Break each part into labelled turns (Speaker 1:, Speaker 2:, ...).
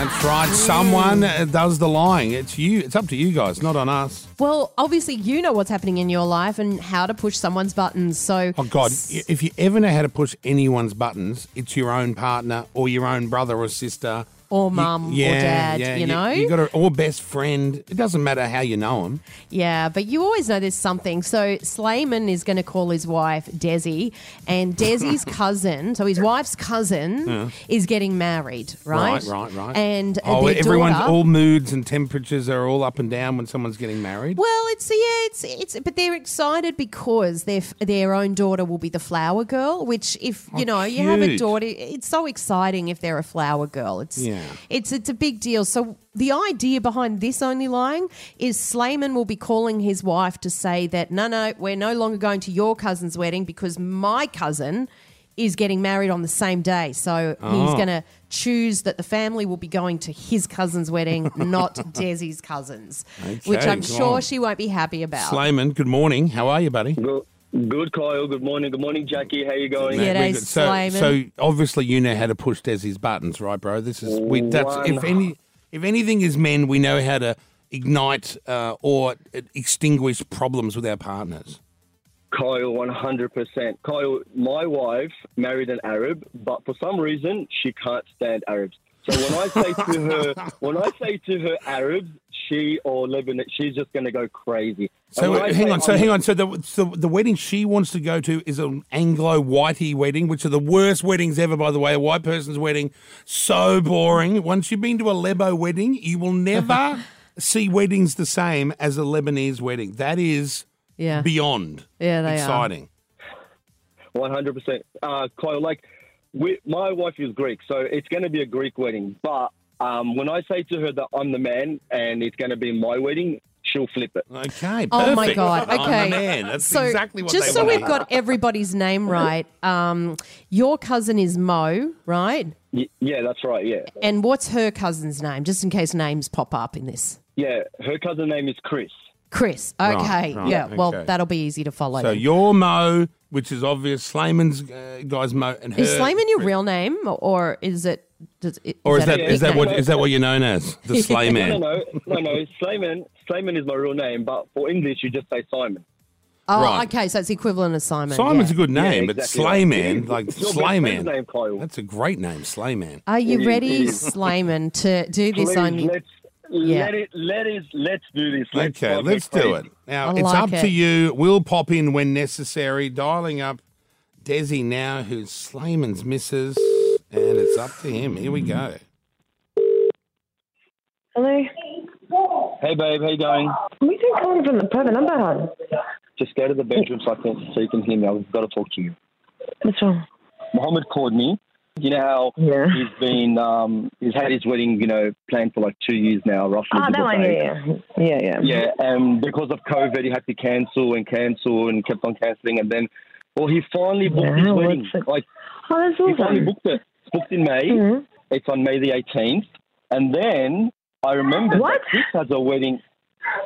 Speaker 1: That's right. Someone does the lying. It's you. It's up to you guys, not on us.
Speaker 2: Well, obviously, you know what's happening in your life and how to push someone's buttons. So,
Speaker 1: Oh God! If you ever know how to push anyone's buttons, it's your own partner or your own brother or sister
Speaker 2: Or
Speaker 1: You-
Speaker 2: mum or dad, you know?
Speaker 1: You got to, or best friend. It doesn't matter how you know them.
Speaker 2: yeah, but you always know there's something. So, Slayman is going to call his wife Desi, and Desi's cousin, so his wife's cousin, is getting married,
Speaker 1: Right,
Speaker 2: right?
Speaker 1: right, right.
Speaker 2: And uh,
Speaker 1: oh,
Speaker 2: their
Speaker 1: everyone's
Speaker 2: daughter-
Speaker 1: all moods and temperatures are all up and down when someone's getting married.
Speaker 2: Well, it's yeah, it's it's, but they're excited because their f- their own daughter will be the flower girl. Which, if you
Speaker 1: Oh,
Speaker 2: know, you have a
Speaker 1: cute.
Speaker 2: daughter, it's so exciting if they're a flower girl. It's
Speaker 1: Yeah.
Speaker 2: it's it's a big deal. So the idea behind this only lying is Slayman will be calling his wife to say that no, no, we're no longer going to your cousin's wedding because my cousin. Is getting married on the same day, so he's
Speaker 1: Oh.
Speaker 2: going to choose that the family will be going to his cousin's wedding, not Desi's cousin's which
Speaker 1: Okay,
Speaker 2: I'm
Speaker 1: go
Speaker 2: sure
Speaker 1: on.
Speaker 2: she won't be happy about.
Speaker 1: Slayman, good morning. How are you, buddy?
Speaker 3: Good, good, Kyle. Good morning. Good morning, Jackie. How you going?
Speaker 2: Yeah. G'day,
Speaker 1: We're good. so,
Speaker 2: Slayman.
Speaker 1: so obviously you know how to push Desi's buttons, right, bro? This is we. That's if
Speaker 3: One-
Speaker 1: any if anything is men, we know how to ignite uh, or extinguish problems with our partners.
Speaker 3: Kyle, one hundred percent. Kyle, my wife married an Arab, but for some reason she can't stand Arabs. So when I say to her, when I say to her Arabs, she or Lebanon, she's just going to go crazy.
Speaker 1: So
Speaker 3: And when I
Speaker 1: hang
Speaker 3: say
Speaker 1: on. So
Speaker 3: I'm-
Speaker 1: hang on. So the, so the wedding she wants to go to is an Anglo whitey wedding, which are the worst weddings ever, by the way. A white person's wedding, so boring. Once you've been to a Lebo wedding, you will never see weddings the same as a Lebanese wedding. That is
Speaker 2: Yeah.
Speaker 1: beyond
Speaker 2: Yeah, they are.
Speaker 1: exciting.
Speaker 3: One hundred percent, uh, Kyle. Like, we, my wife is Greek, so it's going to be a Greek wedding. But um, when I say to her that I'm the man and it's going to be my wedding, she'll flip it.
Speaker 1: Okay. Perfect.
Speaker 2: Oh my god! Okay,
Speaker 1: I'm the man. That's
Speaker 2: so
Speaker 1: exactly what
Speaker 2: just
Speaker 1: they
Speaker 2: so
Speaker 1: want to
Speaker 2: we've
Speaker 1: hear.
Speaker 2: got everybody's name right. Um, your cousin is Mo, right?
Speaker 3: Y- yeah, that's right. Yeah,
Speaker 2: And what's her cousin's name? Just in case names pop up in this.
Speaker 3: yeah. Her cousin name is Chris.
Speaker 2: Chris. Okay.
Speaker 1: Right, right,
Speaker 2: yeah. Well,
Speaker 1: okay.
Speaker 2: that'll be easy to follow.
Speaker 1: So
Speaker 2: then.
Speaker 1: your Mo, which is obvious, Slayman's uh, guy's Mo, and her.
Speaker 2: is Slayman your real name, or is it? Does it
Speaker 1: Or is that
Speaker 2: a
Speaker 3: Yeah,
Speaker 1: is that
Speaker 2: nickname?
Speaker 1: what is that what you're known as? The Slay
Speaker 3: No,
Speaker 1: Man.
Speaker 3: no, no, no. Slayman, Slayman is my real name, but for English, you just say Simon.
Speaker 2: Oh,
Speaker 1: Right.
Speaker 2: okay. So it's the equivalent of Simon.
Speaker 1: Simon's
Speaker 2: yeah.
Speaker 1: a good name,
Speaker 3: Yeah,
Speaker 1: but
Speaker 3: exactly.
Speaker 1: Slay
Speaker 3: Yeah.
Speaker 1: Man, like
Speaker 3: It's your best
Speaker 1: Slay
Speaker 3: friend's
Speaker 1: Man.
Speaker 3: name, Kyle.
Speaker 1: That's a great name, Slay Man.
Speaker 2: Are you
Speaker 3: It is,
Speaker 2: ready,
Speaker 3: it is.
Speaker 2: Slayman, to do this
Speaker 3: Please,
Speaker 2: only?
Speaker 3: let's
Speaker 2: Yeah.
Speaker 3: let it. Let us. Let's do this. Let's
Speaker 1: Okay,
Speaker 3: not
Speaker 1: let's
Speaker 3: get
Speaker 1: do it.
Speaker 3: crazy.
Speaker 1: Now
Speaker 2: I
Speaker 1: it's
Speaker 2: like
Speaker 1: up to
Speaker 2: it.
Speaker 1: you. We'll pop in when necessary. Dialing up Desi now, who's Slayman's missus, and it's up to him. Here we go.
Speaker 4: Hello.
Speaker 3: Hey, babe. How you going?
Speaker 4: We think calling from the private number, hon.
Speaker 3: Just go to the bedroom so I can so you can hear me. I've got to talk to you.
Speaker 4: What's wrong?
Speaker 3: Mohammed called me. You know how
Speaker 4: Yeah.
Speaker 3: he's been. Um, he's had his wedding, you know, planned for like two years now, roughly.
Speaker 4: Oh,
Speaker 3: give
Speaker 4: that
Speaker 3: or
Speaker 4: one.
Speaker 3: take.
Speaker 4: Yeah, yeah, yeah, yeah.
Speaker 3: Yeah, and because of COVID, he had to cancel and cancel and kept on canceling, and then, well, he finally booked
Speaker 4: Yeah,
Speaker 3: his
Speaker 4: what's
Speaker 3: wedding.
Speaker 4: it-
Speaker 3: Like
Speaker 4: Oh, that's
Speaker 3: he finally
Speaker 4: awesome.
Speaker 3: booked it. It's booked in May.
Speaker 4: Mhm.
Speaker 3: It's on May the 18th, and then I remember
Speaker 4: What?
Speaker 3: that Chris has a wedding.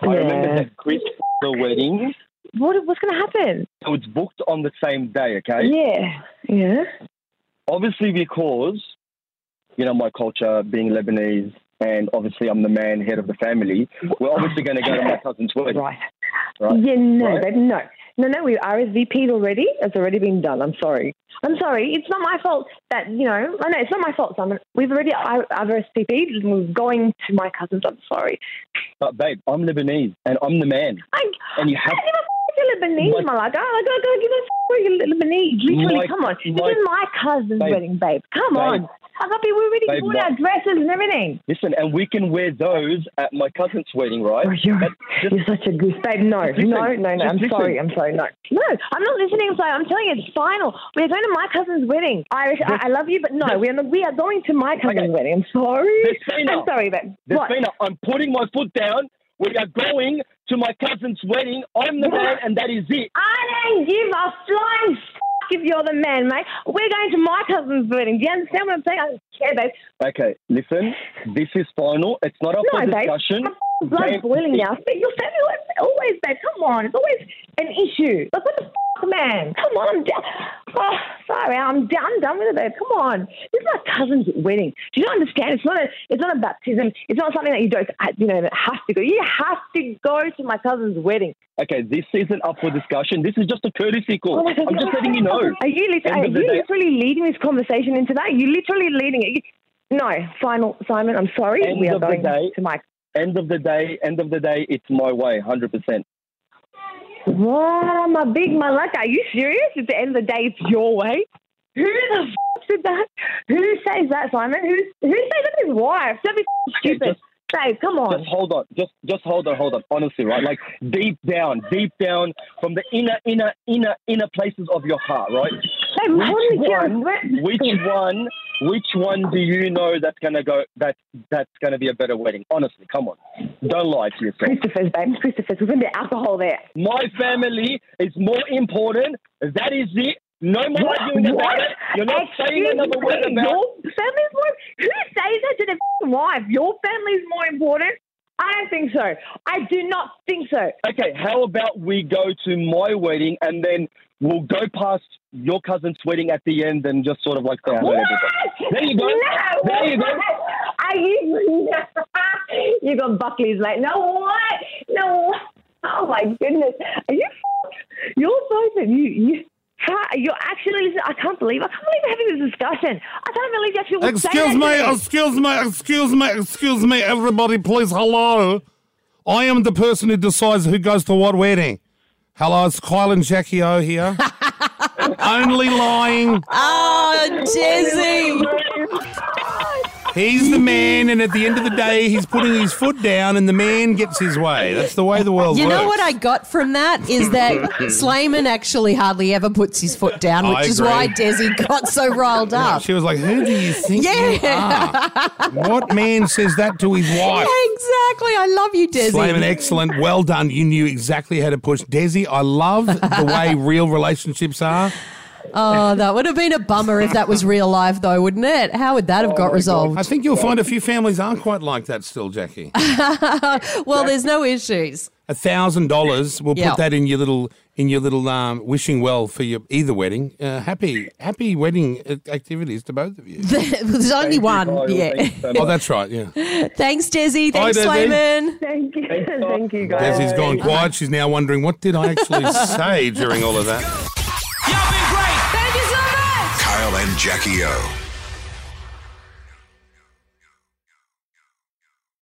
Speaker 3: I remember
Speaker 4: Yeah.
Speaker 3: that Chris has a wedding.
Speaker 4: What, what's going to happen?
Speaker 3: So it's booked on the same day. Okay.
Speaker 4: Yeah, yeah.
Speaker 3: obviously because you know my culture being Lebanese and obviously I'm the man head of the family. We're obviously going to go to my cousin's wedding,
Speaker 4: Right.
Speaker 3: right?
Speaker 4: Yeah, no,
Speaker 3: Right.
Speaker 4: babe, no. No, no, we RSVP'd already. It's already been done. I'm sorry. I'm sorry. It's not my fault that, you know, I know it's not my fault, Simon. We've already I- RSVP'd. We're going to my cousin's. I'm sorry.
Speaker 3: But babe, I'm Lebanese and I'm the man.
Speaker 4: I,
Speaker 3: And you have-
Speaker 4: I give a f- you're Lebanese,
Speaker 3: My-
Speaker 4: Malaga. I gotta, gotta give a f- where you're Lebanese. Literally,
Speaker 3: My-
Speaker 4: come on.
Speaker 3: my-
Speaker 4: this is my cousin's
Speaker 3: Babe.
Speaker 4: wedding, babe. Come
Speaker 3: Babe.
Speaker 4: on. I got people already
Speaker 3: Babe,
Speaker 4: bought
Speaker 3: my-
Speaker 4: our dresses and everything.
Speaker 3: Listen, and we can wear those at my cousin's wedding, right?
Speaker 4: Oh, you're,
Speaker 3: But just-
Speaker 4: you're such a goose, babe. No,
Speaker 3: listen.
Speaker 4: no, no, no.
Speaker 3: Just
Speaker 4: I'm
Speaker 3: listen.
Speaker 4: sorry. I'm sorry. No, no. I'm not listening. So I'm telling you, it's final. We're going to my cousin's wedding. Irish, I, I love you, but no, we're not, we are going to my cousin's
Speaker 3: Okay.
Speaker 4: wedding. I'm sorry.
Speaker 3: Despina.
Speaker 4: I'm sorry, babe. What?
Speaker 3: Despina, I'm putting my foot down. We are going to my cousin's wedding. I'm the man, and that is it.
Speaker 4: I don't give a flying f- if you're the man, mate. We're going to my cousin's wedding. Do you understand what I'm saying? I don't care, babe.
Speaker 3: Okay, listen. This is final. It's not up
Speaker 4: No,
Speaker 3: for
Speaker 4: babe.
Speaker 3: discussion.
Speaker 4: I'm blood's
Speaker 3: Babe,
Speaker 4: boiling
Speaker 3: it-
Speaker 4: now. But your family life always, babe. Come on, it's always an issue. Like what the fuck, man? Come on, I'm down. Oh, sorry, I'm down. I'm done with it, babe. Come on, this is my cousin's wedding. Do you not understand? It's not a, it's not a baptism. It's not something that you don't, you know, that has to go. You have to go to my cousin's wedding.
Speaker 3: Okay, this isn't up for discussion. This is just a courtesy call.
Speaker 4: Oh my
Speaker 3: I'm just
Speaker 4: God.
Speaker 3: letting you know.
Speaker 4: Are you, lit-
Speaker 3: End
Speaker 4: are
Speaker 3: of the
Speaker 4: you
Speaker 3: day-
Speaker 4: literally leading this conversation into that? You literally leading it. You- no, final, Simon. I'm sorry.
Speaker 3: End
Speaker 4: we are
Speaker 3: of the
Speaker 4: going
Speaker 3: day-
Speaker 4: to my.
Speaker 3: End of the day, end of the day, it's my way, hundred percent.
Speaker 4: Wow, my big malaka. Are you serious? At the end of the day, it's your way. Who the f- did that? Who says that, Simon? Who who says that to his wife? Don't be f-
Speaker 3: Okay,
Speaker 4: stupid.
Speaker 3: just-
Speaker 4: Babe, come on.
Speaker 3: Just hold on, just just hold on, hold on. Honestly, right? Like deep down, deep down, from the inner, inner, inner, inner places of your heart, right?
Speaker 4: Babe, holy
Speaker 3: Which
Speaker 4: cow.
Speaker 3: one? Which one? Which one do you know that's gonna go? That that's gonna be a better wedding? Honestly, come on, don't lie to yourself.
Speaker 4: Christopher's, babe. Christopher's. We're going to be alcohol there.
Speaker 3: My family is more important. That is it. No more arguing about it. You're not saying
Speaker 4: Excuse
Speaker 3: another word
Speaker 4: me,
Speaker 3: about it.
Speaker 4: Your family's more. Who says that to their f***ing wife? Your family's more important. I don't think so. I do not think so.
Speaker 3: Okay, how about we go to my wedding and then we'll go past your cousin's wedding at the end and just sort of like say hello
Speaker 4: What?
Speaker 3: to everybody. There you go.
Speaker 4: No,
Speaker 3: There you go.
Speaker 4: Are you? you got Buckley's like, no, what? No, what? Oh my goodness. Are you? f- You're both of you. you how- you're actually listening. I can't believe. I can't believe we're having this discussion. I can't believe you actually. would say that
Speaker 1: Excuse
Speaker 4: to
Speaker 1: me, excuse me, excuse me, excuse me, everybody, please, hello. I am the person who decides who goes to what wedding. Hello, it's Kyle and Jackie O here. Only lying.
Speaker 2: Oh, Jesse.
Speaker 1: He's the man, and at the end of the day, he's putting his foot down, and the man gets his way. That's the way the world
Speaker 2: You
Speaker 1: works.
Speaker 2: know what I got from that is that Slayman actually hardly ever puts his foot down, which
Speaker 1: I
Speaker 2: is
Speaker 1: agree.
Speaker 2: why Desi got so riled up.
Speaker 1: She was like, "Who do you think you are? What man says that to his wife?"
Speaker 2: Exactly. I love you, Desi.
Speaker 1: Slam and excellent. Well done. You knew exactly how to push. Desi, I love the way real relationships are.
Speaker 2: Oh, that would have been a bummer if that was real life, though, wouldn't it? How would
Speaker 1: Oh
Speaker 2: that have got resolved?
Speaker 1: I think you'll find a few families aren't quite like that still, Jackie.
Speaker 2: Well, there's no issues.
Speaker 1: A thousand dollars. We'll
Speaker 2: Yeah.
Speaker 1: put that in your little in your little um, wishing well for your either wedding. Uh, happy happy wedding uh, activities to both of you.
Speaker 2: there's only
Speaker 3: Thank you, Kyle.
Speaker 2: one. Yeah.
Speaker 3: Thank you so
Speaker 1: Oh,
Speaker 3: much.
Speaker 1: that's right. Yeah,
Speaker 2: Thanks, Desi. Thanks,
Speaker 1: Desi.
Speaker 2: Slayman.
Speaker 4: Thank you.
Speaker 3: Thanks, Doc.
Speaker 4: Thank you, guys.
Speaker 1: Desi's gone quiet. She's now wondering what did I actually say during all of that.
Speaker 5: Kyle and Jackie O.